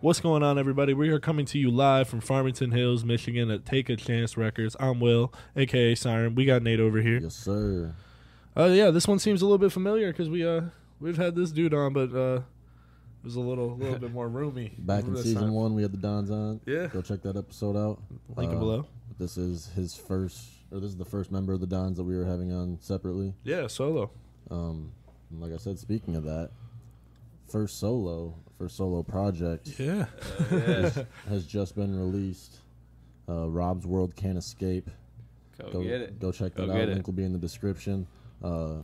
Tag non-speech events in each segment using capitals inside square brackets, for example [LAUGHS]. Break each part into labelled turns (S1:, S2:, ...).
S1: What's going on, everybody? We are coming to you live from Farmington Hills, Michigan at Take a Chance Records. I'm Will, aka Siren. We got Nate over here.
S2: Yes, sir.
S1: Uh, yeah, this one seems a little bit familiar because we uh we've had this dude on, but uh, it was a little little bit more roomy.
S2: [LAUGHS] Back in
S1: this
S2: season
S1: time.
S2: one, we had the Don's on.
S1: Yeah.
S2: Go check that episode out.
S1: Link
S2: Uh,
S1: below.
S2: This is his first, or this is the first member of the Dons that we were having on separately.
S1: Yeah, solo.
S2: Um, and like I said, speaking of that, first solo, first solo project
S1: Yeah.
S3: Uh,
S1: [LAUGHS]
S2: has just been released. Uh, Rob's World Can't Escape.
S3: Go,
S2: go
S3: get it.
S2: go check
S3: Go
S2: that
S3: get
S2: out.
S3: it.
S2: Link will be in the description. Uh, a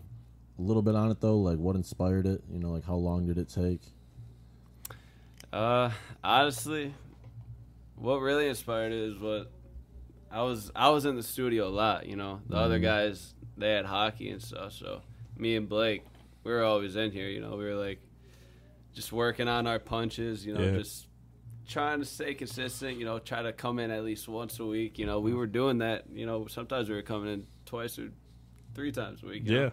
S2: little bit on it though, like what inspired it. You know, like how long did it take?
S3: Uh, honestly, what really inspired it is what I was. I was in the studio a lot. You know, the other
S2: Mhm.
S3: guys they had hockey and stuff. So me and Blake, we were always in here. You know, we were like just working on our punches. You know,
S1: Yeah.
S3: just trying to stay consistent. You know, try to come in at least once a week. You know, we were doing that. You know, sometimes we were coming in twice or three times a week. you know?
S1: Yeah.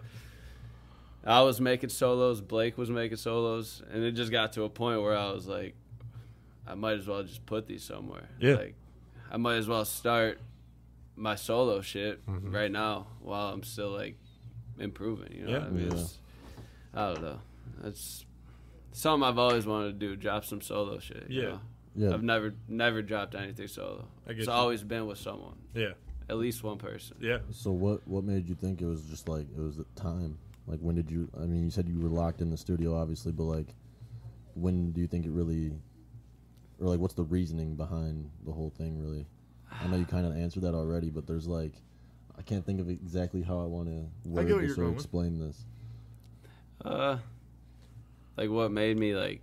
S3: I was making solos, Blake was making solos, and it just got to a point where I was like, I might as well just put these somewhere.
S1: Yeah.
S3: Like, I might as well start my solo shit
S1: Mm-hmm.
S3: right now while I'm still like improving. You know
S1: Yeah.
S3: what I mean?
S2: Yeah.
S3: It's- I don't know. That's something I've always wanted to do, drop some solo shit. you
S1: Yeah.
S3: know?
S2: Yeah,
S3: I've never never dropped anything solo.
S1: I get
S3: it's
S1: you.
S3: always been with someone.
S1: Yeah.
S3: At least one person.
S1: Yeah.
S2: So what what made you think it was just like it was the time? Like when did you? I mean, you said you were locked in the studio, obviously, but like when do you think it really, or like what's the reasoning behind the whole thing? Really, I know you kind of answered that already, but there's like I can't think of exactly how I want to word
S1: get what
S2: this
S1: you're
S2: or
S1: going with.
S2: explain this.
S3: Uh, like what made me like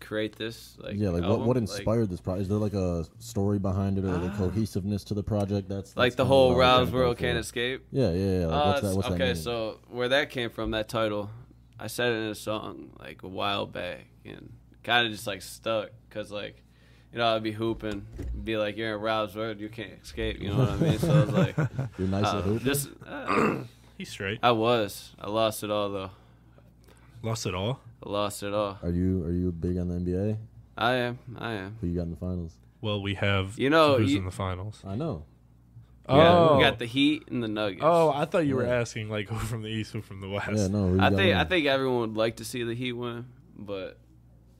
S3: create this? Like
S2: yeah, like what,
S3: album?
S2: what inspired this project? Is there like a story behind it or like a
S3: Ah.
S2: cohesiveness to the project? That's,
S3: Like,
S2: that's
S3: the
S2: kinda
S3: whole
S2: what I was trying
S3: Rob's
S2: to go
S3: World
S2: for.
S3: Can't Escape?
S2: Yeah, yeah, yeah. Like
S3: Uh,
S2: what's that?
S3: it's-
S2: What's
S3: okay,
S2: that mean?
S3: so where that came from, that title, I said it in a song like a while back, and kind of just like stuck because like. You know, I'd be hooping, be like, "You're in Rob's world, you can't escape." You know what I mean? So I was
S2: [LAUGHS]
S3: like,
S2: You're nice
S3: uh,
S2: at hoop.
S3: "This." Uh,
S1: He's straight.
S3: I was. I lost it all though.
S1: Lost it all.
S3: I lost it all.
S2: Are you are you big on the NBA?
S3: I am. I am.
S2: Who you got in the finals?
S1: Well, we have
S3: You know,
S1: who's
S3: you-
S1: in the finals.
S2: I know.
S3: Yeah,
S1: oh.
S3: we got the Heat and the Nuggets.
S1: oh, I thought you were
S2: Yeah.
S1: asking like [LAUGHS] who from the east, who from the west.
S2: Yeah, no. who you
S3: I
S2: got
S3: think I
S2: winning?
S3: think everyone would like to see the Heat win, but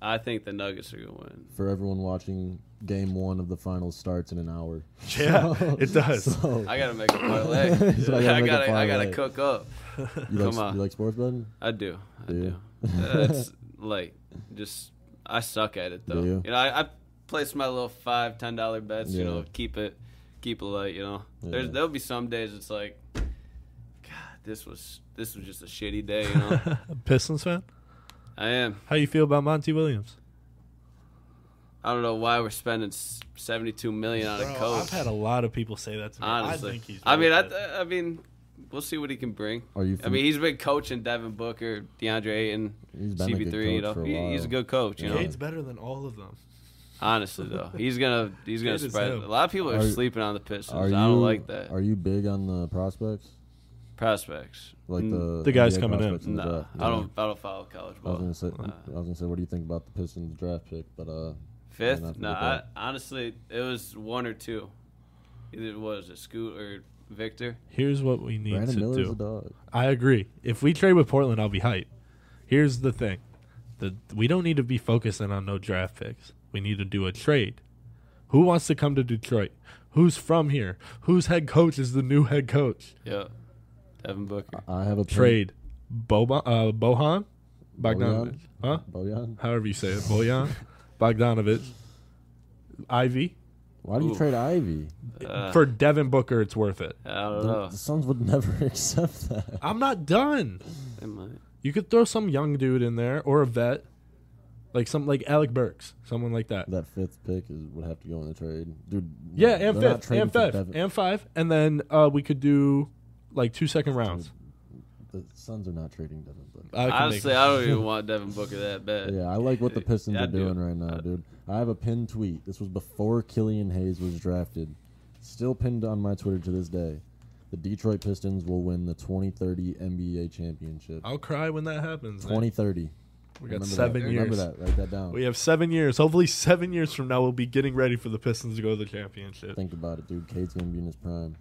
S3: I think the Nuggets are gonna win.
S2: for everyone watching, game one of the finals starts in an
S3: [LAUGHS]
S2: hour.
S1: [LAUGHS] Yeah, it does.
S2: [LAUGHS] So,
S3: I gotta make
S2: [LAUGHS]
S3: a parlay.
S2: So I gotta
S3: I
S2: make a
S3: gotta I gotta
S2: parlay.
S3: cook up.
S2: you like
S3: come on.
S2: you like sports betting?
S3: I do. I
S2: Do
S3: do. Uh,
S2: you? [LAUGHS]
S3: That's like just I suck at it though.
S2: Do you?
S3: you? know, I, I place my little five, ten dollar bets, you
S2: Yeah.
S3: know, keep it keep it light, you know.
S2: Yeah.
S3: There's there'll be some days it's like God, this was this was just a shitty day,
S2: [LAUGHS]
S3: you know.
S1: [LAUGHS] Pistons fan.
S3: I am.
S1: How you feel about Monty Williams?
S3: I don't know why we're spending s- seventy two million on a
S1: Bro,
S3: coach.
S1: I've had a lot of people say that to me.
S3: Honestly,
S1: I think he's.
S3: I mean, I,
S1: really good.
S3: I mean, we'll see what he can bring.
S2: Are you?
S3: I mean, he's been coaching Devin Booker, DeAndre Ayton,
S2: he's been a good
S3: CP3. You
S2: coach for
S3: know,
S2: a
S3: He- he's a
S2: while.
S3: good coach. You know,
S1: Cade's better than all of them.
S3: honestly
S1: [LAUGHS]
S3: though, he's gonna he's gonna
S1: Cade is
S3: spread.
S1: him.
S3: A lot of people are,
S2: Are-
S3: sleeping on the Pistons.
S2: are
S3: I
S2: you,
S3: don't like that.
S2: Are you big on the prospects?
S3: Prospects.
S2: Like
S3: Mm,
S2: the
S1: The guys
S2: NBA
S1: coming in.
S2: prospects the
S3: No,
S2: draft?
S3: I don't. I don't follow college
S2: I was
S3: ball.
S2: gonna say.
S3: nah.
S2: I was gonna say. What do you think about the Pistons draft pick? But uh,
S3: Fifth?
S2: I'm not
S3: No,
S2: with
S3: I,
S2: that.
S3: honestly, it was one or two. Either it was it Scoot or Victor.
S1: Here's what we need
S2: Brandon
S1: to
S2: Miller's
S1: do.
S2: a dog.
S1: I agree. If we trade with Portland, I'll be hyped. Here's the thing. The, we don't need to be focusing on no draft picks. We need to do a trade. Who wants to come to Detroit? Who's from here? Whose head coach is the new head coach?
S3: Yep. Devin Booker.
S2: I have a pin-
S1: Trade Boba, uh, Bohan? Bogdanovich. Huh?
S2: Bojan.
S1: However you say it.
S2: [LAUGHS]
S1: Bojan? Bogdanovich. Ivy.
S2: Why do you
S3: Ooh.
S2: trade Ivy?
S3: Uh,
S1: For Devin Booker, it's worth it.
S2: Uh,
S3: I don't
S2: The, [LAUGHS]
S3: know.
S2: the Suns would never accept that.
S1: I'm not done.
S3: They might.
S1: You could throw some young dude in there or a vet. Like some like Alec Burks, someone like that.
S2: That fifth pick is, would have to go in the trade, dude.
S1: Yeah,
S2: they're
S1: and
S2: not
S1: fifth,
S2: trading
S1: and
S2: for
S1: fifth,
S2: Devin-
S1: and five, and then uh, we could do like two second rounds.
S2: The Suns are not trading Devin Booker.
S1: I can make-
S3: Honestly, I don't
S1: [LAUGHS]
S3: even want Devin Booker that
S1: Uh,
S3: bad.
S2: Yeah, I like what the Pistons
S3: Yeah,
S2: are
S3: I'd do
S2: doing
S3: it.
S2: right now, dude. I have a pinned tweet. This was before Killian Hayes was drafted. Still pinned on my Twitter to this day. The Detroit Pistons will win the 2030 NBA championship.
S1: I'll cry when that happens. Oh, man.
S2: 2030.
S1: We got
S2: Remember that.
S1: seven years.
S2: Remember that. Write that down.
S1: We have seven years. Hopefully, seven years from now, we'll be getting ready for the Pistons to go to the championship.
S2: Think about it, dude. Cade's gonna be in his prime.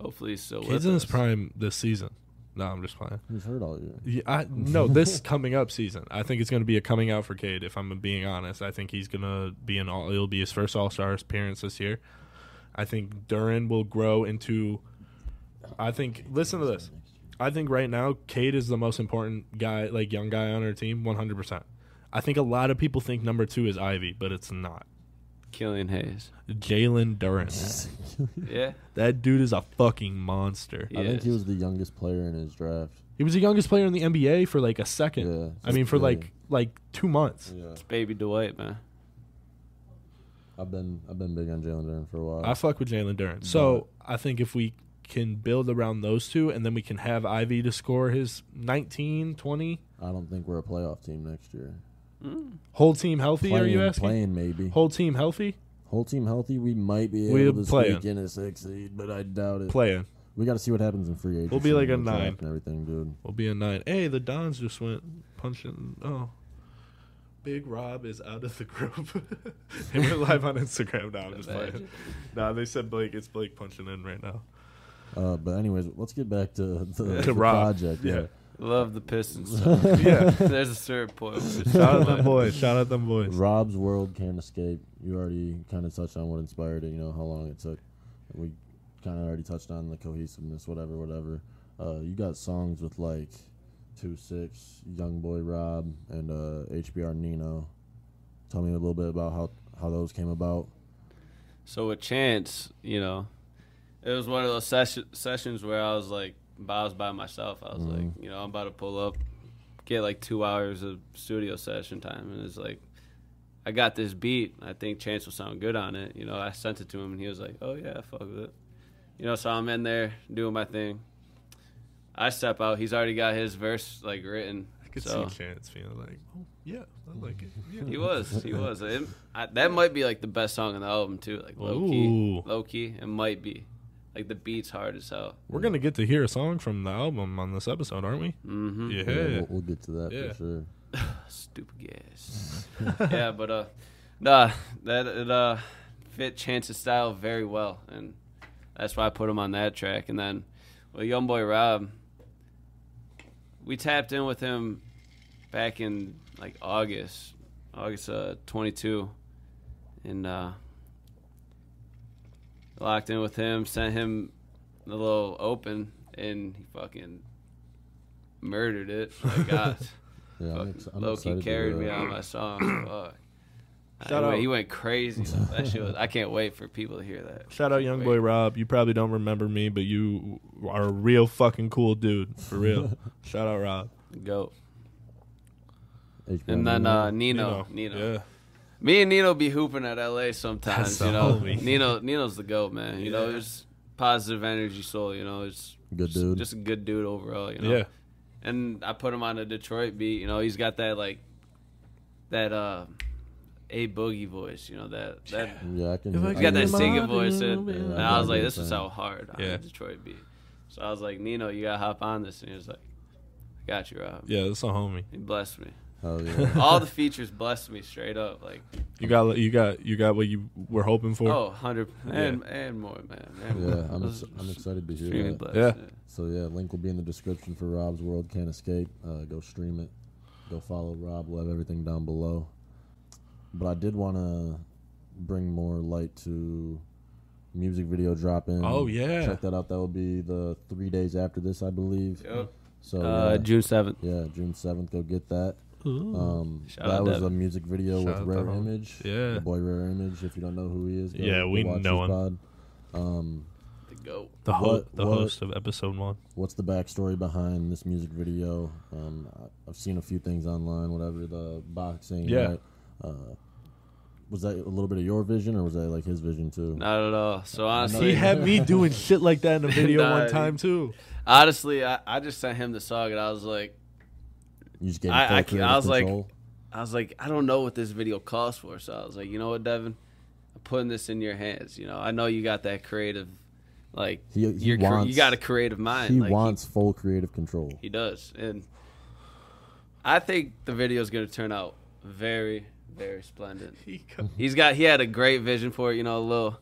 S3: Hopefully he's still
S1: Kids
S3: with
S1: in
S3: us.
S1: his prime this season. No, I'm just playing.
S2: He's hurt all year.
S1: Yeah, I,
S2: [LAUGHS]
S1: no, this coming up season, I think it's going to be a coming out for Cade. If I'm being honest, I think he's going to be an all. It'll be his first All Star appearance this year. I think Duran will grow into. I think. Listen to this. I think right now Cade is the most important guy, like young guy on our team, 100. percent I think a lot of people think number two is Ivy, but it's not.
S3: Killian Hayes.
S1: Jalen Duran.
S3: Yeah.
S1: That dude is a fucking monster.
S2: [LAUGHS] I think he
S3: Yes.
S2: was the youngest player in his draft.
S1: He was the youngest player in the NBA for like a second.
S2: Yeah.
S1: I mean, for
S2: Yeah.
S1: like like two months.
S2: Yeah.
S3: Baby Dwight, man.
S2: I've been I've been big on Jalen Duran for a while.
S1: I fuck with Jalen Duran. So I think if we can build around those two and then we can have Ivy to score his 19, 20,
S2: I don't think we're a playoff team next year.
S1: whole team healthy, are you
S2: Playing-
S1: asking?
S2: Playing maybe.
S1: Whole team healthy?
S2: Whole team healthy, we might be able
S1: We'll
S2: to
S1: play
S2: sneak in a six seed, but I doubt it.
S1: Playing.
S2: We got to see what happens in free agency.
S1: We'll be like a
S2: and the draft
S1: nine.
S2: and everything, dude.
S1: We'll be a nine. Hey, the Dons just went punching. Oh. Big Rob is out of the group. [LAUGHS] and we're live on Instagram now. I'm just playing. Nah, they said Blake. It's Blake punching in right
S2: [LAUGHS]
S1: now.
S2: Uh, but anyways, let's get back to [LAUGHS] the,
S1: To
S2: the
S1: Rob.
S2: project.
S1: Yeah.
S2: Yeah.
S3: Love the Pistons.
S1: [LAUGHS] Yeah.
S3: There's a certain
S1: [LAUGHS]
S3: point. where it's
S1: Shout out
S3: like,
S1: them boys. Shout out them boys.
S2: Rob's world can't escape. You already kind of touched on what inspired it. You know how long it took. We kind of already touched on the cohesiveness, whatever, whatever. Uh, you got songs with like Two Six, Young Boy Rob, and uh, HBR Nino. Tell me a little bit about how how those came about.
S3: So a chance, you know, it was one of those session, sessions where I was like, I was by myself. I was like,
S1: Mm-hmm.
S3: you know, I'm about to pull up, get like two hours of studio session time, and it's like, I got this beat. I think Chance will sound good on it. You know, I sent it to him, and he was like, oh yeah, I fuck with it. You know, so I'm in there doing my thing. I step out. He's already got his verse like written.
S1: I could
S3: so.
S1: see Chance being like, oh, yeah, I like it. Yeah.
S3: He
S2: [LAUGHS]
S3: was. He was. It, I, that might be like the best song on the album too. Like low
S1: Ooh.
S3: key, low key. It might be. Like the beat's hard as hell.
S1: We're going to get to hear a song from the album on this episode, aren't we?
S3: Mm-hmm.
S1: Yeah.
S2: we'll, we'll get to that
S1: Yeah.
S2: for sure.
S3: [LAUGHS] Stupid guess. [LAUGHS]
S1: [LAUGHS]
S3: yeah, but uh, nah, that it uh fit Chance's style very well, and that's why I put him on that track. And then with Young Boy Rob, we tapped in with him back in like August, August uh 22, and uh locked in with him, sent him the little open, and he fucking murdered it. Like, God.
S2: Yeah, I'm,
S3: Fucking
S2: ex- I'm
S3: Loki
S2: excited to uh,
S3: carried
S2: hear
S3: me
S2: that.
S3: on
S2: [CLEARS THROAT]
S3: my song. Fuck.
S1: Shout
S3: I-
S1: out.
S3: He went crazy. That
S2: [LAUGHS]
S3: shit was. I can't wait for people to hear that.
S1: Shout out young boy Rob. You probably don't remember me, but you are a real fucking cool dude. For [LAUGHS] real. Shout out Rob.
S3: Go.
S2: HBR
S3: And then
S2: Nino.
S3: uh, Nino. Nino. Me and Nino be hooping at LA sometimes.
S1: That's the
S3: you know,
S1: homie.
S3: [LAUGHS] Nino. Nino's the goat, man. You know, it's positive energy soul. You know, it's
S2: Good dude.
S3: Just a good dude overall. You
S1: Yeah.
S3: know.
S1: Yeah.
S3: and I put him on a Detroit beat. You know, he's got that like that uh a boogie voice. You know that that
S2: yeah, I can.
S1: If I
S2: Hear,
S1: could
S3: He's got
S2: I
S3: that
S2: can-
S3: singing voice, in,
S1: Yeah,
S3: and
S2: I
S3: I was
S2: get
S3: like,
S2: it,
S3: "This is
S2: man.
S3: how hard on
S1: Yeah.
S3: a Detroit beat." So I was like, "Nino, you gotta hop on this," and he was like, "I got you, Rob."
S1: that's a homie.
S3: He blessed me.
S2: Hell yeah.
S3: All the features blessed me straight up, like
S1: You got you got you got what you were hoping for.
S3: oh, hundred and and more, man. And
S2: yeah,
S3: more.
S2: I'm,
S3: I
S2: ex-
S3: was
S2: I'm
S3: [LAUGHS]
S2: excited to hear
S3: extremely
S2: that.
S3: blessed.
S1: Yeah.
S2: So yeah, link will be in the description for Rob's World Can't Escape. Uh, go stream it. Go follow Rob. We'll have everything down below. But I did want to bring more light to music video drop in.
S1: Oh, yeah.
S2: check that out. That will be the three days after this, I believe.
S3: Yup.
S2: So
S3: Uh,
S2: Oh, yeah.
S3: June seventh.
S2: yeah, June seventh. Go get that. Um,
S3: Shout
S2: that
S3: out
S2: was
S3: Devin.
S2: a music video
S1: Shout out
S2: with Rare
S1: Devin.
S2: Image.
S1: Yeah.
S2: the boy Rare Image. If you don't know who he is, go,
S1: Yeah,
S2: go
S1: we
S2: watch
S1: know
S2: his
S1: him.
S2: pod. Um,
S3: The goat.
S1: The ho-
S2: What-
S1: the
S2: what-
S1: host of episode one.
S2: what's the backstory behind this music video? Um, I- I've seen a few things online, whatever the boxing.
S1: Yeah.
S2: right? Uh, was that a little bit of your vision, or was that like his vision too?
S3: Not at all. So honestly,
S1: He had me
S3: [LAUGHS]
S1: doing shit like that in a video
S3: Nah,
S1: one time too.
S3: honestly, I, I just sent him the song, and I was like,
S2: You just gave
S3: I-
S2: him full
S3: I ca- I
S2: creative
S3: was like-
S2: control?
S3: I was like, I don't know what this video calls for. So I was like, you know what, Devin? I'm putting this in your hands. You know, I know you got that creative, like,
S2: He- he
S3: you're cre-
S2: wants-
S3: you got a creative mind.
S2: he
S3: like,
S2: wants full creative control.
S3: He, he does. And
S4: I think the video is going to turn out very, very splendid.
S1: He co-
S4: He's got he had a great vision for it. You know, a little,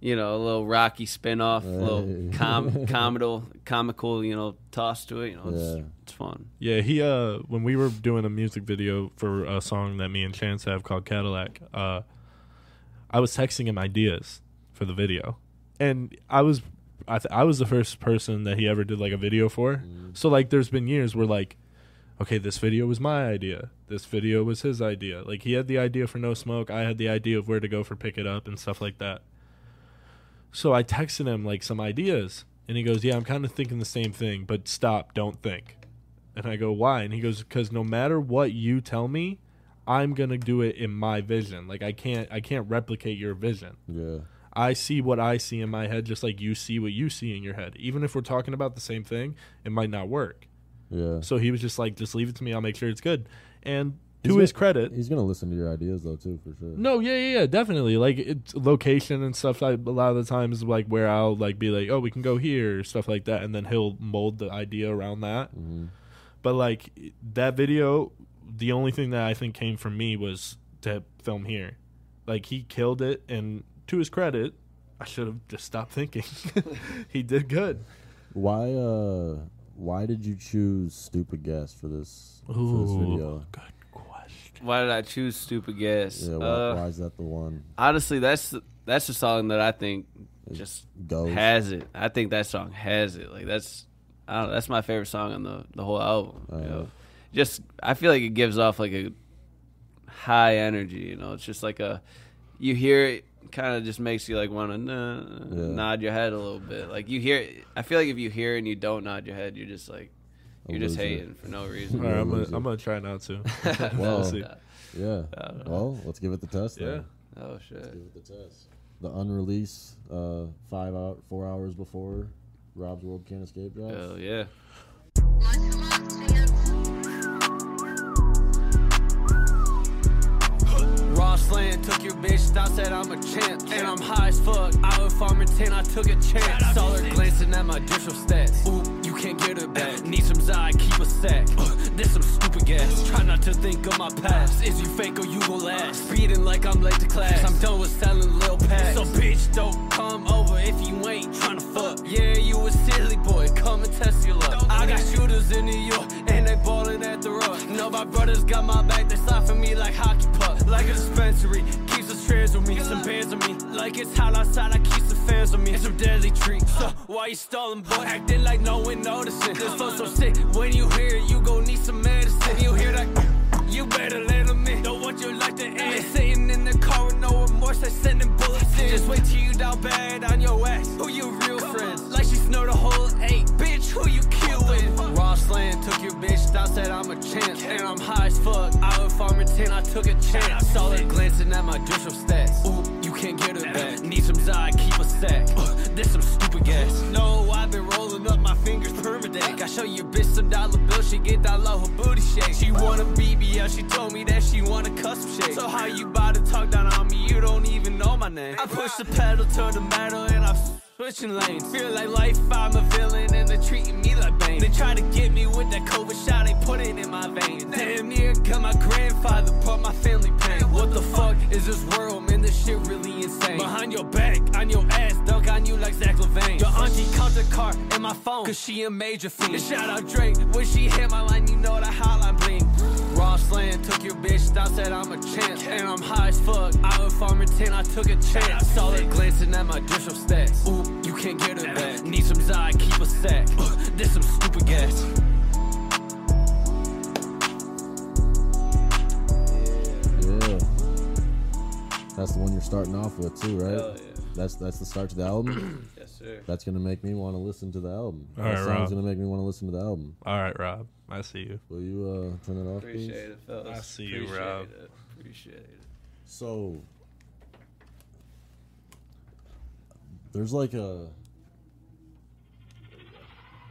S4: you know, a little Rocky spinoff, a little
S2: Hey. [LAUGHS]
S4: com- comical, comical, you know, toss to it. You know, it's,
S2: Yeah.
S4: it's fun.
S1: yeah, he uh when we were doing a music video for a song that me and Chance have called Cadillac, uh I was texting him ideas for the video. And I was I th- I was the first person that he ever did like a video for. So like there's been years where like okay, this video was my idea. This video was his idea. Like he had the idea for No Smoke, I had the idea of where to go for Pick It Up and stuff like that. So I texted him like some ideas and he goes, "Yeah, I'm kind of thinking the same thing, but stop, don't think." And I go, "Why?" And he goes, "Cuz no matter what you tell me, I'm going to do it in my vision. Like I can't I can't replicate your vision.
S2: Yeah.
S1: I see what I see in my head just like you see what you see in your head. Even if we're talking about the same thing, it might not work."
S2: Yeah.
S1: So he was just like, just leave it to me. I'll make sure it's good. And to
S2: He's gonna-
S1: his credit,
S2: He's gonna listen to your ideas though too for sure.
S1: no, yeah, yeah, yeah, definitely. Like it's location and stuff. I, a lot of the times, like where I'll like be like, oh, we can go here, stuff like that, and then he'll mold the idea around that.
S2: Mhm.
S1: But like that video, the only thing that I think came from me was to film here. Like he killed it, and to his credit, I should have just stopped thinking. [LAUGHS] he did good.
S2: Why uh why did you choose stupid gas for this for this video?
S1: good question.
S4: Why did I choose Stupid Gas?
S2: Yeah, why,
S4: Uh,
S2: why is that the one?
S4: honestly, that's that's a song that I think just
S2: Goes.
S4: has it. I think that song has it. Like that's I don't know, that's my favorite song on the the whole album. you
S2: Uh-huh.
S4: know? Just I feel like it gives off like a high energy, you know. It's just like a you hear it kind of just makes you like want to
S2: Yeah.
S4: nod your head a little bit. Like you hear it, I feel like if you hear it and you don't nod your head, you're just like
S2: A
S4: you're just
S2: loser.
S4: hating for no
S1: All
S2: [LAUGHS]
S4: reason.
S1: right, I'm gonna,
S2: Loser.
S1: I'm gonna try not to.
S2: Wow.
S1: we'll see.
S2: Yeah.
S4: Uh,
S2: Well, let's give it the test.
S1: Yeah.
S2: Then.
S4: oh shit.
S2: Give it the test. The unreleased uh, five out four hours before Rob's World Can't Escape drops.
S4: Oh yeah.
S3: Ross Land took your bitch, stop said I'm a champ. And I'm high as fuck. I was farming 10, I took a chance. Saw her glancing at my digital stats. Ooh, you can't get her back. Need some Zod, keep a sack. Uh, this some stupid gas. Try not to think of my past. Is you fake or you gon' last? Speeding like I'm late to class. I'm done with selling lil packs. So bitch, don't come over if you ain't tryna fuck. Yeah, you a silly boy, come and test your luck. I got shooters in New York, and they ballin' at the rough. No, my brothers got my back, they slide for me like hockey puck. Like a dispensary, keeps us trans with me, some bands on me. Like it's hot outside, I keep some fans on me. It's some deadly treats. So, why you stalling, boy? Acting like no one noticing. This flow so sick, when you hear it, you gon' need some medicine. You hear that? You better let 'em in. Don't want your life to end. They sitting in the car with no remorse. They sending bullets in. Just wait till you down bad on your ass. Who your real friends? Like she snowed a whole eight. Bitch, who you killing? Ross Land took your bitch. I said I'm a champ. And I'm high as fuck. I was farming 10. I took a chance. Saw her glancing at my digital stats. Ooh, you can't get her back. Need some Zod, keep a sack. Uh, this some stupid gas. No, I've been rolling up my fingers permanent. I show your bitch some dollar bill, she get that low her booty shake. She want a BBL, she told me that she want a custom shake. So how you about to talk down on me? You don't even know my name. I push the pedal to the metal and I'm switching lanes. Feel like life, I'm a villain and they're treating me like Bane. They try to get me with that COVID shot, they put it in my veins. Damn near got my grandfather, part my family pain. What the fuck is this world, man? This shit really insane. Behind your back, on your ass, dunk on you like Zach Levine. Your auntie caught the car in my phone, cause she a major fiend. And shout out Drake, when she hit my line, you know that hotline bling. Ross Land took your bitch, I said I'm a champ. And I'm high as fuck, I was farming 10, I took a chance. Saw her glancing at my digital stats. Ooh, you can't get her back. Need some Zod, keep a sack. Uh, this some stupid gas.
S2: Yeah. That's the one you're starting off with too, right?
S4: Hell yeah.
S2: That's that's the start to
S4: [CLEARS THROAT]
S2: the album.
S4: Yes, sir.
S2: that's gonna make me want to listen to the album.
S1: All
S2: that
S1: right,
S2: song's
S1: Rob.
S2: gonna make me want to listen to the album.
S1: All right, Rob. I see you.
S2: Will you uh, turn it off,
S4: Appreciate
S2: please?
S4: it, fellas.
S1: I see you,
S4: Appreciate
S1: Rob.
S4: It. Appreciate it.
S2: So there's like a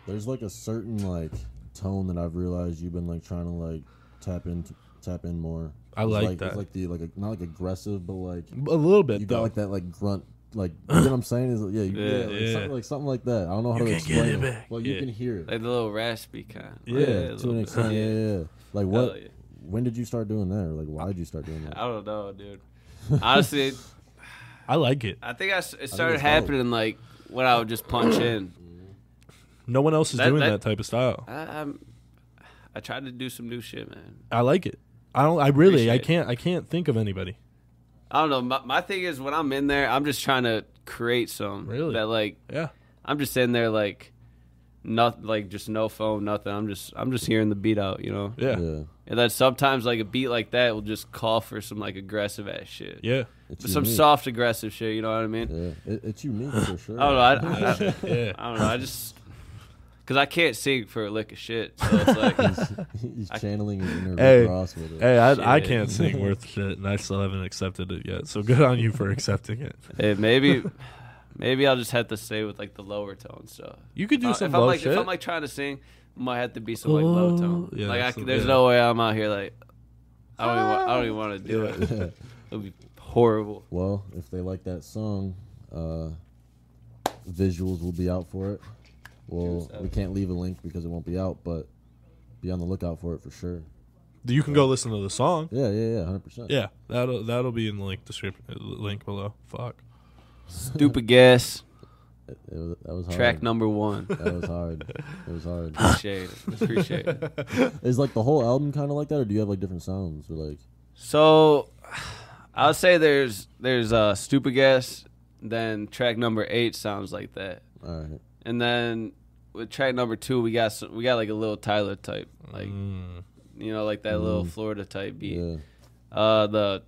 S2: there's like a certain like tone that I've realized you've been like trying to like tap into tap in more.
S1: I
S2: It's
S1: like
S2: It's
S1: that.
S2: like the like a, not like aggressive, but like
S1: A little bit
S2: you
S1: though.
S2: got like that like grunt
S1: [LAUGHS]
S2: like you know what I'm saying is yeah, you,
S3: Yeah,
S2: yeah, like,
S1: yeah.
S2: Something, like something like that. I don't know how
S1: You
S2: to
S1: can't get
S2: explain
S1: it back.
S2: Well,
S1: Yeah.
S2: you can hear it.
S3: like the little raspy kind.
S1: Yeah,
S2: yeah,
S3: a
S2: to
S3: little
S2: an
S3: bit.
S2: extent. Yeah, yeah. yeah.
S1: [LAUGHS]
S2: Like
S3: Hell
S2: what?
S3: yeah.
S2: When did you start doing that? Or like why did you start doing that?
S3: I don't know,
S4: [LAUGHS]
S3: dude. Honestly,
S1: I like it.
S3: I think I s it started
S2: it's dope.
S3: happening like when I would just punch in.
S1: No one else is
S3: That-
S1: doing that,
S3: that-
S1: type of style.
S3: I, I'm, I tried to do some new shit, man.
S1: I like it. I don't. I really. I
S3: Appreciate it.
S1: can't. I can't think of anybody.
S3: I don't know. My, my thing is when I'm in there, I'm just trying to create some.
S1: Really?
S3: That like
S1: Yeah.
S3: I'm just in there like, not like just no phone, nothing. I'm just I'm just hearing the beat out, you know.
S1: Yeah. Yeah.
S2: yeah.
S3: And then sometimes like a beat like that will just call for some like aggressive ass shit.
S1: Yeah. [LAUGHS]
S2: It's
S3: Some
S2: unique.
S3: soft aggressive shit. You know what I mean?
S2: Yeah, it, it's
S3: [LAUGHS]
S2: unique for sure.
S3: I don't know.
S1: [LAUGHS]
S3: I, I-
S1: yeah.
S3: I don't know. I just because I can't sing for a lick of shit. So it's like
S1: [LAUGHS]
S2: [LAUGHS] He's channeling his inner
S1: Hey,
S2: Rick Ross with it.
S1: Hey, I, I
S3: Shit.
S1: can't sing [LAUGHS] worth shit, and I still haven't accepted it yet. So good on you for accepting it.
S3: hey, maybe maybe I'll just have to stay with like the lower tone stuff.
S1: You could do
S3: Uh,
S1: some
S3: if
S1: low
S3: I'm like
S1: shit.
S3: if I'm like trying to sing, I might have to be some like low tone.
S1: Oh, yeah,
S3: like I,
S1: so-
S3: c- there's
S1: yeah.
S3: no way I'm out here like I don't even wa- I don't even want to do
S1: [LAUGHS]
S3: it.
S2: Yeah.
S3: It'll be horrible.
S2: Well, if they like that song, uh, visuals will be out for it. Well, we can't leave a link because it won't be out, but be on the lookout for it for sure.
S1: you can go listen to the song.
S2: Yeah, yeah, yeah, hundred percent.
S1: Yeah, that'll that'll be in the link description, link below. Fuck.
S3: Stupid guess.
S2: It- it was- that was hard.
S3: Track number one.
S2: That was hard. It was hard.
S1: [LAUGHS]
S3: Appreciate it. Appreciate it.
S2: Is like the whole album kind of like that, or do you have like different sounds? Or like,
S3: So I'll say there's there's uh stupid guess. Then track number eight sounds like that.
S2: all right,
S3: And then with track number two, we got some, we got like a little Tyler type, like
S1: Mm.
S3: you know, like that little Florida type beat.
S2: yeah,
S3: Uh, the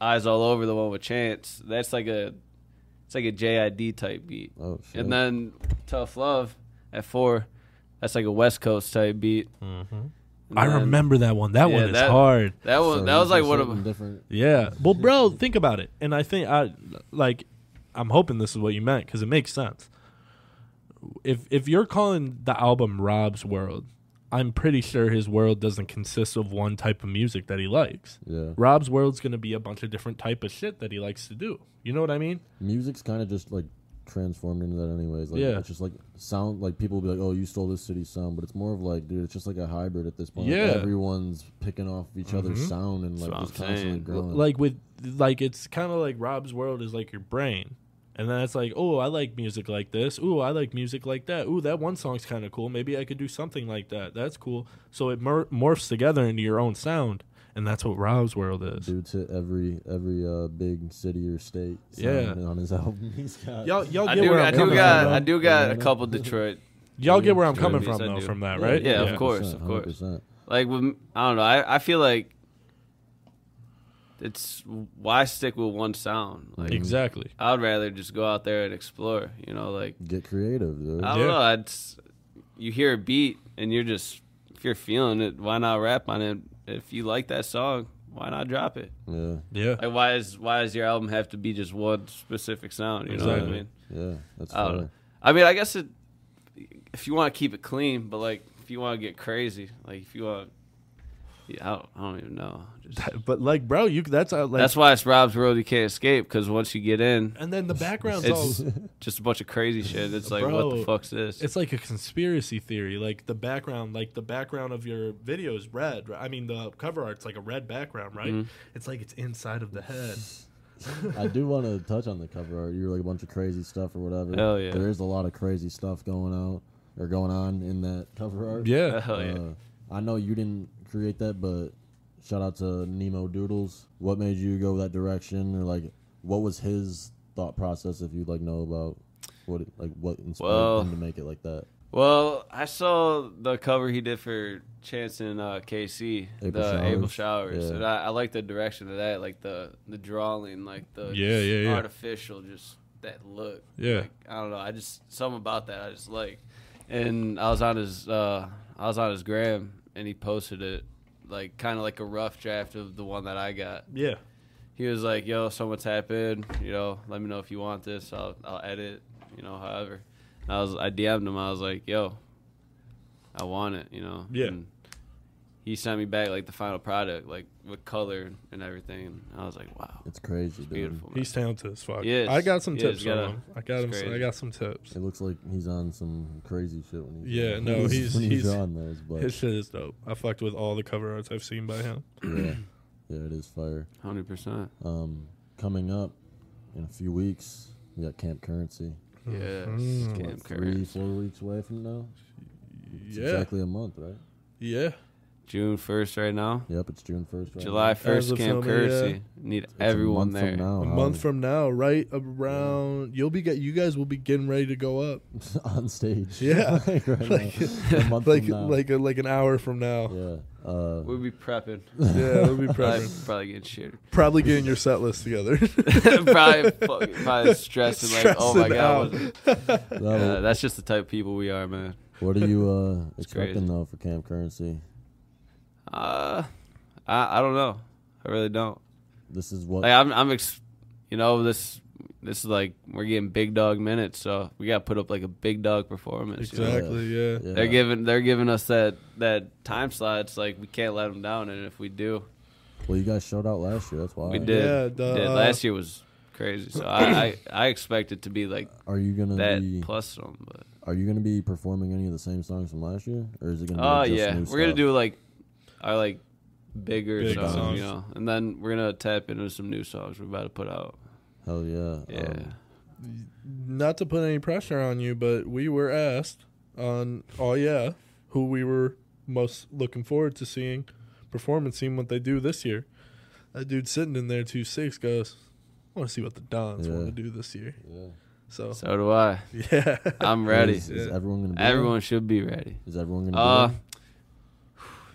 S3: eyes all over the one with Chance. That's like a it's like a JID type beat.
S2: oh shit.
S3: And then tough love at four. That's like a West Coast type beat. And
S1: I
S3: then-
S1: remember that one. That
S3: Yeah,
S1: one is
S3: that-
S1: hard.
S3: that was
S2: So
S3: that was
S2: he's
S3: like
S2: just
S3: one of
S2: hitting different.
S1: Yeah. Well, bro, think about it. And I think I like I'm hoping this is what you meant cuz it makes sense. If if you're calling the album Rob's World, I'm pretty sure his world doesn't consist of one type of music that he likes.
S2: Yeah,
S1: Rob's world's going to be a bunch of different type of shit that he likes to do. You know what I mean?
S2: music's kind of just like transformed into that anyways like
S1: Yeah.
S2: it's just like sound like people be like oh you stole this city's sound but it's more of like dude it's just like a hybrid at this point Like,
S1: Yeah.
S2: everyone's picking off each other's sound and like
S3: Mm-hmm. what
S2: just
S3: I'm
S2: constantly
S3: saying.
S2: growing
S1: Like with like it's kind of like Rob's world is like your brain. And then it's like, "Oh, I like music like this. Ooh, I like music like that. Ooh, that one song's kind of cool. Maybe I could do something like that. That's cool." So it mor- morphs together into your own sound, and that's what Rob's world is.
S2: due to every every uh big city or state
S1: Yeah.
S2: sound on his [LAUGHS] album he's got
S1: Y'all, y'all
S3: I
S1: get
S3: do,
S1: where
S3: I
S1: I'm
S3: do
S1: coming
S3: got
S1: from.
S3: I
S1: though.
S3: do got a couple Detroit.
S1: y'all get where I'm
S3: Yeah,
S1: coming
S3: yes,
S1: from
S3: I
S1: though
S3: do.
S1: from that, right?
S3: Yeah, of course. of
S2: 100%.
S3: Like with I don't know. I, I feel like it's why stick with one sound? Like
S1: Exactly.
S3: I'd rather just go out there and explore. You know, like
S2: get creative dude
S3: I don't
S1: Yeah.
S3: know. It's you hear a beat and you're just if you're feeling it, why not rap on it? If you like that song, why not drop it?
S2: yeah
S1: Yeah.
S3: Like why is why does your album have to be just one specific sound? You know what I
S1: Exactly.
S3: mean?
S2: yeah that's
S3: I don't
S2: fair.
S3: know. I mean, I guess it, if you want to keep it clean, but like if you want to get crazy, like if you want, yeah, I don't, I don't even know. Just,
S1: But [LAUGHS] like, bro, you that's uh, like
S3: that's why it's Rob's world. You can't escape because once you get in,
S1: and then the background's all
S3: it's just a bunch of crazy shit. It's like
S1: [LAUGHS]
S3: what
S1: Bro,
S3: the fuck's this?
S1: It's like a conspiracy theory. Like the background, like the background of your video is red. right? I mean, the cover art's like a red background, right?
S2: Mm-hmm.
S1: It's like it's inside of the head.
S2: I do want to touch on the cover art. You're like a bunch of crazy stuff or whatever.
S3: Hell yeah.
S2: There is a lot of crazy stuff going out or going on in that cover art.
S3: [LAUGHS] Hell Oh, yeah.
S2: Uh, I know you didn't create that, but shout out to Nemo Doodles. What made you go that direction, or like, what was his thought process? If you like know about what, it, like, what inspired
S3: Well-
S2: him to make it like that?
S3: Well, I saw the cover he did for Chance and uh, KC,
S2: April
S3: the
S2: Showers.
S3: April Showers,
S2: Yeah.
S3: and I, I like the direction of that, like the the drawing, like the
S1: Yeah, yeah, yeah.
S3: artificial, just that look.
S1: Yeah.
S3: like, I don't know. I just something about that I just like. And I was on his uh, I was on his gram, and he posted it, like kind of like a rough draft of the one that I got.
S1: Yeah.
S3: He was like, "Yo, so much happened. You know, let me know if you want this. I'll I'll edit. You know, however." And I was I DM'd him. I was like, "Yo, I want it." You know.
S1: Yeah.
S3: And he sent me back like the final product, like with color and everything. And I was like, wow,
S2: It's crazy, dude.
S3: beautiful. man.
S1: He's talented as fuck.
S3: Yes.
S1: I got some
S3: Yes,
S1: tips
S3: gotta-
S1: from him. I got
S3: it's
S1: him. Some, I
S3: crazy.
S1: got some tips.
S2: It looks like he's on some crazy shit when he's
S1: Yeah, no,
S2: [LAUGHS] when
S1: he's-
S2: when
S1: he's-
S2: on those, but
S1: His shit is dope. I fucked with all the cover arts I've seen by him.
S2: yeah, yeah, it is fire.
S3: Hundred percent.
S2: Um, coming up in a few weeks, we got Camp Currency.
S3: Yes.
S1: Mm.
S2: What,
S3: Camp
S2: three,
S3: Curry.
S2: four weeks away from now. It's
S1: Yeah,
S2: exactly a month, right?
S1: yeah.
S3: June first, right now.
S2: Yep, it's June first. Right
S3: July
S2: now.
S1: As
S3: first,
S1: of
S3: Camp
S1: filming, yeah.
S3: Currency. Need
S2: It's a month
S3: everyone there.
S2: From now,
S1: a month
S3: [LAUGHS]
S1: from now, right around, you'll be get. You guys will be getting ready to go
S2: [LAUGHS]
S1: up.
S2: from on stage.
S3: [LAUGHS]
S1: Yeah.
S2: like, right
S1: [LAUGHS] Like-
S2: now. a month
S1: like
S2: from now.
S1: like a, like an hour from now.
S2: yeah. Uh, [LAUGHS]
S3: We'll be prepping.
S1: Yeah, it'll be
S3: Probably,
S1: probably,
S3: probably getting shit.
S1: probably getting your set list together.
S3: [LAUGHS] probably, fucking-
S1: [LAUGHS]
S3: probably stressing, like, oh my
S1: Stressing
S3: god.
S1: out.
S3: what-
S1: [LAUGHS]
S2: that'll-
S3: Yeah, that's just the type of people we are, man.
S2: what are you
S3: [LAUGHS]
S2: uh, expecting
S3: crazy.
S2: though for Camp Currency?
S3: Uh, I I don't know. I really don't.
S2: This is what
S3: Like I'm I'm ex- you know this this is like we're getting big dog minutes, so we got to put up like a big dog performance. you know?
S1: exactly. Yeah.
S2: yeah.
S3: They're giving they're giving us that that time slot. It's like we can't let them down, and if we do,
S2: Well, you guys showed out last year. That's why
S3: we did.
S1: Yeah,
S3: we
S1: the,
S3: did.
S1: uh,
S3: Last year was crazy, so I, I I expect it to be like
S2: Are you gonna
S3: that
S2: be
S3: plus some. But
S2: Are you gonna be performing any of the same songs from last year, or is it gonna? be
S3: oh
S2: like just
S3: yeah,
S2: new
S3: we're
S2: stuff?
S3: gonna do like our like bigger
S1: Big
S3: songs,
S1: songs.
S3: you know, and then we're gonna tap into some new songs we're about to put out.
S2: Hell yeah!
S3: Yeah,
S2: Um,
S1: Not to put any pressure on you, but we were asked on oh yeah, who we were most looking forward to seeing perform and seeing what they do this year. That dude sitting in there two six goes, I want to see what the Dons
S2: Yeah.
S1: want to do this year.
S2: yeah.
S1: So
S3: so do I.
S1: [LAUGHS] yeah,
S3: I'm ready.
S2: Is, is
S1: Yeah.
S2: everyone gonna? Be there?
S3: Everyone should be ready.
S2: Is everyone gonna?
S3: Uh,
S2: be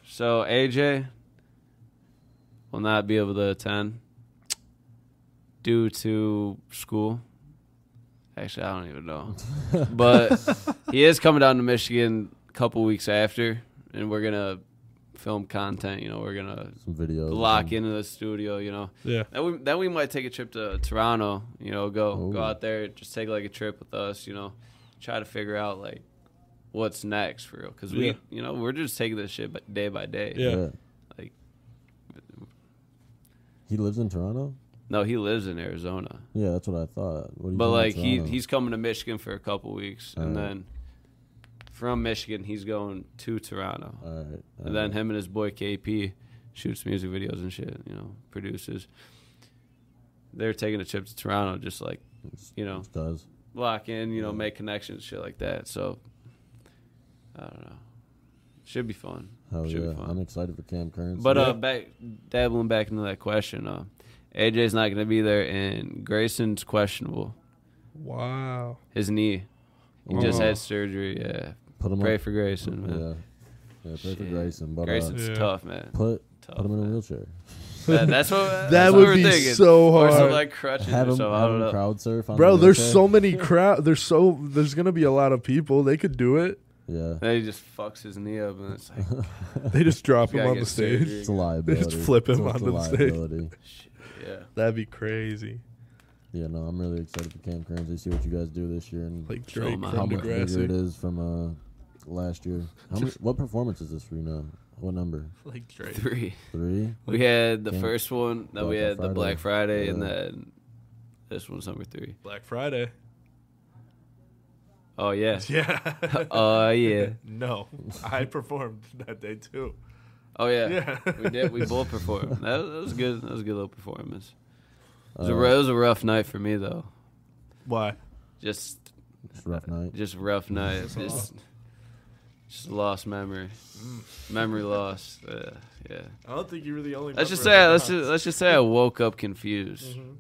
S3: so AJ will not be able to attend due to school. Actually, I don't even know, but he is coming down to Michigan a couple weeks after, and we're gonna film content. You know, we're gonna
S2: there? some videos.
S3: lock
S2: and-
S3: into the studio. You know,
S1: yeah.
S3: then we then we might take a trip to Toronto. You know, go
S2: Ooh.
S3: go out there, just take like a trip with us. You know, try to figure out like what's next for real. Because we,
S1: Yeah.
S3: you know, we're just taking this shit by- day by day.
S1: Yeah.
S3: Like,
S2: He lives in Toronto.
S3: no, he lives in Arizona,
S2: Yeah, that's what I thought. What do you
S3: but
S2: think about
S3: like he
S2: Toronto?
S3: he's coming to Michigan for a couple weeks, and
S2: Alright.
S3: then from Michigan he's going to Toronto,
S2: All right.
S3: and
S2: all
S3: then
S2: right.
S3: him and his boy KP shoots music videos and shit. You know, produces. They're taking a trip to Toronto, just like
S2: It's-
S3: you know,
S2: it does.
S3: lock in, you know, make connections, shit like that. So I don't know. Should be fun.
S2: Hell
S3: Should
S2: yeah!
S3: be
S2: I'm
S3: fun.
S2: excited for Cam Currency.
S3: But
S1: Yeah.
S3: uh back dabbling back into that question, uh AJ's not gonna be there and Grayson's questionable.
S1: Wow.
S3: His knee. He
S2: Oh.
S3: just had surgery, yeah.
S2: put him
S3: Pray
S2: up.
S3: for Grayson, man.
S2: yeah, yeah. Pray for
S3: Shit.
S2: Grayson. But uh,
S3: Grayson's
S1: Yeah.
S3: tough, man.
S2: put
S3: Tough.
S2: put him in a
S3: man.
S2: wheelchair.
S3: That-
S2: [LAUGHS]
S3: that's what that's
S1: That
S3: what
S1: would
S3: we're
S1: be
S3: thinking.
S1: so
S3: Or some
S1: hard.
S3: like crutches
S2: Have
S3: or
S2: him,
S3: something. I
S2: have
S3: don't
S2: him
S3: know.
S2: crowd surf on
S1: Bro,
S2: the
S1: there's
S2: wheelchair.
S1: so many crowd. There's so there's gonna be a lot of people. They could do it.
S2: Yeah,
S3: Then he just fucks his knee up
S2: [LAUGHS]
S3: and it's like
S1: They just [LAUGHS] drop
S3: Gotta
S1: him on
S3: get
S1: the stage.
S3: surgery.
S2: it's a liability.
S1: flip him
S2: It's a
S1: onto the stage.
S2: liability.
S3: shit, yeah.
S1: That'd be crazy.
S2: Yeah, no, I'm really excited for Cam Currency. See what you guys do this year and
S1: Like Drake
S3: my-
S2: how
S1: from
S2: much bigger it
S1: Degrassi.
S2: is from uh, last year. How much, what performance is this for you now? What number?
S1: Like Drake.
S3: [LAUGHS] Three.
S2: Three.
S3: We had the
S2: Yeah.
S3: first one, then we
S2: Black
S3: had the
S2: Friday.
S3: Black Friday, and
S2: Yeah.
S3: then this one's number three.
S1: Black Friday. [LAUGHS]
S3: Oh yeah.
S1: Yeah.
S3: [LAUGHS] Oh yeah.
S1: No, I performed that day too.
S3: Oh yeah.
S1: Yeah.
S3: We did.
S1: [LAUGHS]
S3: We both performed. That was, that was good. That was a good little performance. It was, a,
S2: Uh,
S3: ru- it was a rough night for me though.
S1: Why?
S3: Just
S2: It's a rough night.
S3: just a rough
S1: [LAUGHS]
S3: night.
S1: That's a
S3: Just just lost memory. Memory loss. Uh, yeah.
S1: I don't think you were the only.
S3: Let's just say I, let's just, let's just say I woke up confused.
S1: Mm-hmm.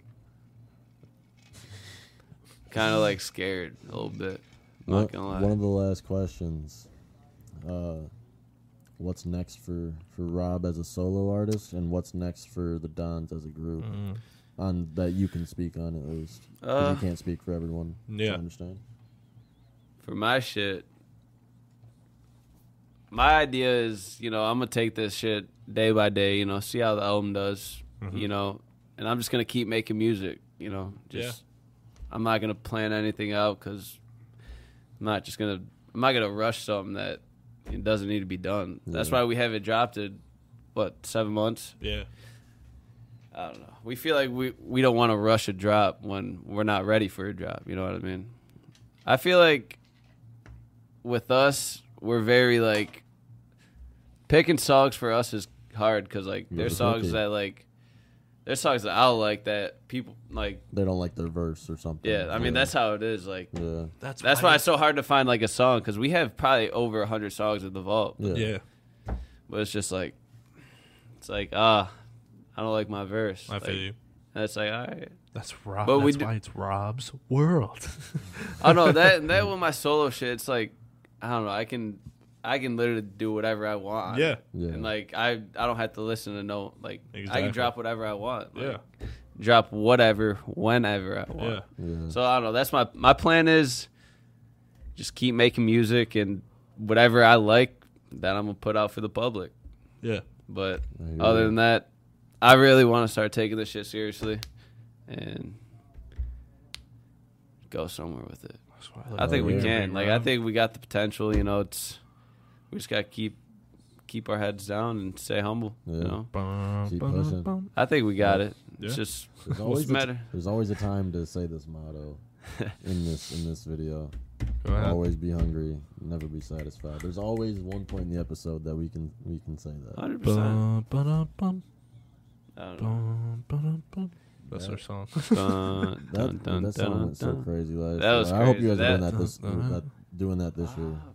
S3: Kind of like scared a little bit. Not
S2: One,
S3: gonna lie.
S2: one of the last questions. Uh, what's next for for Rob as a solo artist, and what's next for the Dons as a group?
S1: Mm. Mm-hmm.
S2: On that you can speak on at least. 'Cause
S3: Uh,
S2: you can't speak for everyone.
S1: yeah.
S2: I understand.
S3: for my shit, my idea is, you know, I'm gonna take this shit day by day, you know, see how the album does, you know, and I'm just gonna keep making music, you know, just I'm not gonna plan anything out because I'm not just gonna I'm not gonna rush something that It doesn't need to be done. That's
S2: Yeah.
S3: why we haven't dropped it. What seven months?
S1: Yeah.
S3: I don't know. We feel like we we don't want to rush a drop when we're not ready for a drop. You know what I mean? I feel like with us, we're very like picking songs for us is hard because like
S2: You have
S3: there's
S2: to hook
S3: songs
S2: it.
S3: that like there's songs that I like that people like.
S2: They don't like their verse or something.
S3: Yeah, I mean that's how it is. Like
S2: yeah.
S1: That's
S3: that's why it's so hard to find like a song because we have probably over hundred songs in the vault.
S2: Yeah.
S1: Yeah.
S3: But it's just like it's like ah, I don't like my verse.
S1: I feel
S3: Like,
S1: you.
S3: And it's like all right.
S1: That's Rob.
S3: But
S1: that's
S3: we do-
S1: why it's Rob's world. [LAUGHS]
S3: Oh no, that that with my solo shit, it's like I don't know. I can I can literally do whatever I want.
S1: yeah.
S2: Yeah.
S3: And like I I don't have to listen to no like I
S1: Exactly.
S3: can drop whatever I want.
S1: Yeah.
S3: Like, Drop whatever whenever I
S1: Yeah.
S3: want.
S2: yeah.
S3: So I don't know. That's my my plan is just keep making music and whatever I like that I'm gonna put out for the public.
S1: Yeah.
S3: But
S2: I hear
S3: other
S2: you.
S3: than that, I really want to start taking this shit seriously and go somewhere with it.
S1: That's why
S3: I
S1: like
S3: think
S2: Oh,
S3: we
S2: yeah.
S3: can.
S1: Big
S3: Like I
S1: round.
S3: think we got the potential. You know, it's we just gotta keep keep our heads down and stay humble. You
S2: Yeah.
S3: know,
S1: Bum,
S2: Keep
S1: bum,
S2: pushing.
S1: bum.
S3: I think we got it.
S1: Yeah.
S3: It's just
S2: There's
S3: what's
S2: always, a,
S3: the matter?
S2: there's always a time to say this
S3: [LAUGHS]
S2: motto in this in this video.
S1: Go ahead.
S2: Always be hungry, never be satisfied. There's always one point in the episode that we can we can say that.
S3: hundred percent.
S1: Bum, ba-dum, bum,
S3: That's
S1: bum, ba-dum, bum. That's
S2: Yeah.
S1: our song.
S2: [LAUGHS] That, that song went so crazy last.
S3: That was
S2: I hope you
S3: crazy.
S2: guys are doing
S1: That-
S2: that this
S1: Dun,
S2: that,
S1: dun.
S2: doing that this year.
S3: Ah.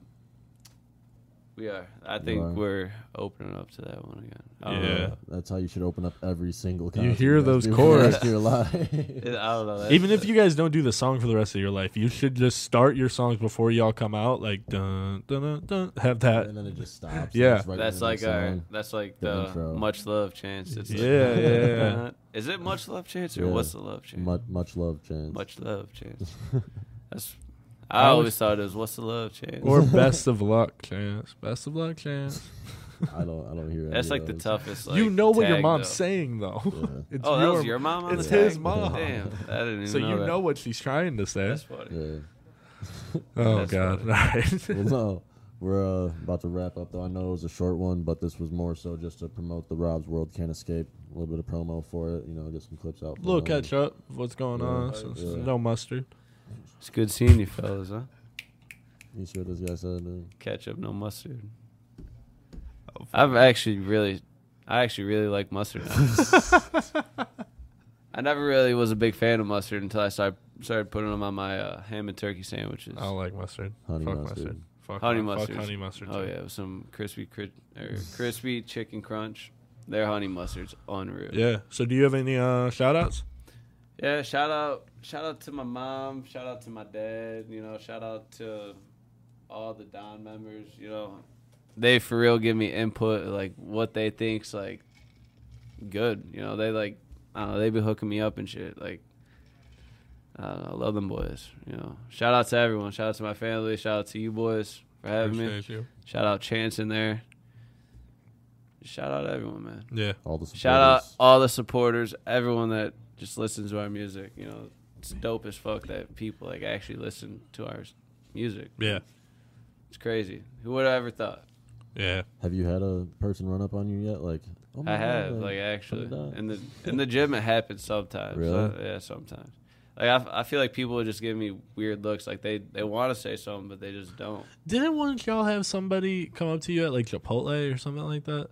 S3: We are. I think
S2: are.
S3: we're opening up to that one again. I don't
S1: Yeah.
S3: know.
S2: Uh, That's how you should open up every single.
S1: You
S2: concert
S1: hear
S2: guys
S1: those
S2: do for
S1: chords.
S2: the rest of your
S3: [LAUGHS]
S2: life. [LAUGHS]
S3: It- I don't know. That's-
S1: Even if you guys don't do the song for the rest of your life, you should just start your songs before y'all come out. Like dun dun dun. dun have that.
S2: and then it just stops.
S1: Yeah.
S2: It's right
S3: that's
S2: there in
S3: like
S2: the
S3: our.
S2: song.
S3: That's like
S2: The
S3: the,
S2: intro.
S3: much love chance. It's like-
S1: Yeah, yeah, yeah.
S3: [LAUGHS] Is it much love chance or
S2: Yeah.
S3: what's the love chance?
S2: much much love chance.
S3: Much
S1: [LAUGHS]
S3: love, Chance. That's. I
S1: I
S3: always
S1: was-
S3: thought it was what's the love, Chance.
S1: Or [LAUGHS] best of luck, chance. Best of luck, chance.
S2: I don't I don't hear.
S3: [LAUGHS] That's
S2: any
S3: like
S2: of
S3: the
S2: those.
S3: toughest. Like,
S1: you know what your
S3: tag,
S1: mom's
S3: though.
S1: saying though.
S2: Yeah.
S1: It's
S3: Oh, that was your mom. On
S1: it's
S3: the tag?
S1: his mom.
S3: Damn, I didn't even
S1: So
S3: know
S1: you
S3: that.
S1: know what she's trying to say.
S3: That's funny.
S2: Yeah.
S1: Oh
S3: That's
S1: God!
S3: funny.
S1: All right.
S2: well, no, we're uh, about to wrap up though. I know it was a short one, but this was more so just to promote the Rob's World Can't Escape. A little bit of promo for it, you know, get some clips out.
S1: little
S2: for them.
S1: catch up. What's going
S2: Yeah.
S1: on? Since
S2: Yeah.
S1: No mustard.
S3: It's good seeing you, fellas. Huh?
S2: You see what this guy said? dude?
S3: Ketchup, no mustard. I've actually really, I actually really like mustard. now.
S1: [LAUGHS]
S3: I never really was a big fan of mustard until I started started putting them on my uh, ham and turkey sandwiches.
S1: I don't like mustard.
S2: Honey
S1: Fuck
S2: mustard.
S1: Fuck
S3: honey
S1: mu-
S3: mustard.
S1: Fuck honey mustard.
S3: Oh
S1: too.
S3: yeah, with some crispy cri- or crispy chicken crunch. Their honey mustard's unreal.
S1: Yeah. So do you have any uh, shout outs?
S3: Yeah, shout out shout out to my mom, shout out to my dad, you know, shout out to all the Don members, you know. They for real give me input like what they think's like good. You know, they like I don't know, they be hooking me up and shit. Like I don't know, I love them boys, you know. Shout out to everyone, shout out to my family, shout out to you boys for having me.
S1: Appreciate you.
S3: Shout out Chance in there. Shout out everyone, man.
S1: Yeah.
S2: All the
S3: Shout out
S2: supporters.
S3: all the supporters, everyone that just listens to our music. You know, it's dope as fuck that people like actually listen to our s- music.
S1: Yeah.
S3: It's crazy. Who would have ever thought?
S1: Yeah.
S2: Have you had a person run up on you yet? Like, oh my
S3: I have
S2: God,
S3: like actually
S2: put it down.
S3: in the in the gym. It happens sometimes.
S2: Really?
S3: Uh, yeah, sometimes. Like I, f- I feel like people would just give me weird looks. Like they they want to say something, but they just don't.
S1: Didn't one of y'all have somebody come up to you at like Chipotle or something like that?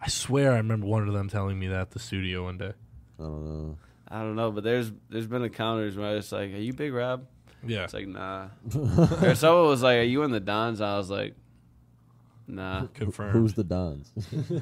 S1: I swear I remember one of them telling me that at the studio one day.
S2: I don't know.
S3: I don't know, but there's there's been encounters where I just like, are you Big Rob?
S1: Yeah.
S3: It's like nah. or someone was like, are you in the Dons? I was like, nah.
S1: Confirmed.
S2: Who's the Dons? [LAUGHS]
S1: the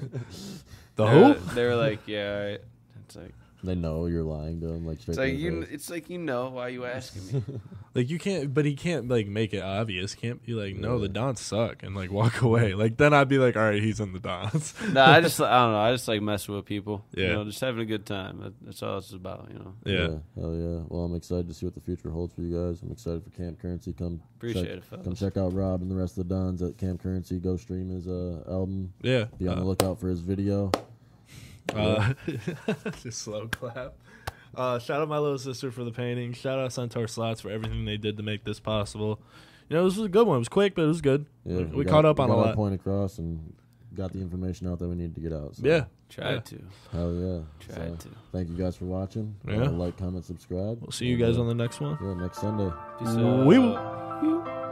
S3: They were-
S1: who?
S3: They were like, yeah, all right. It's like,
S2: they know you're lying to them. Like straight.
S3: it's
S2: to
S3: like
S2: their
S3: you.
S2: face.
S3: It's like you know why you asking
S1: [LAUGHS]
S3: me.
S1: Like you can't, but he can't like make it obvious. Can't be like, no, the Dons suck, and like walk [LAUGHS] away. Like then I'd be like, all right, he's in the Dons. [LAUGHS]
S3: no, I just I don't know. I just like messing with people.
S1: Yeah.
S3: you know, just having a good time. That- That's all it's about. You know,
S1: yeah.
S2: Hell yeah. Well, I'm excited to see what the future holds for you guys. I'm excited for Camp Currency. Come
S3: appreciate
S2: check,
S3: it, fellas.
S2: Come check out Rob and the rest of the Dons at Camp Currency. Go stream his uh, album.
S1: Yeah.
S2: Be on the lookout for his video.
S1: Uh, [LAUGHS] just slow clap. Uh, shout out my little sister for the painting. Shout out Centaur Slots for everything they did to make this possible. You know, this was a good one. It was quick, but it was good.
S2: Yeah,
S1: we we caught up on
S2: got
S1: a
S2: our
S1: lot.
S2: point across and got the information out that we needed to get out. So.
S1: Yeah.
S3: Tried
S1: Yeah.
S3: to.
S2: Hell yeah.
S3: Tried to.
S2: Thank you guys for watching.
S1: Yeah.
S2: Uh, like, comment, subscribe.
S1: We'll see you guys on the next one.
S2: yeah next Sunday.
S3: Peace out.
S1: We-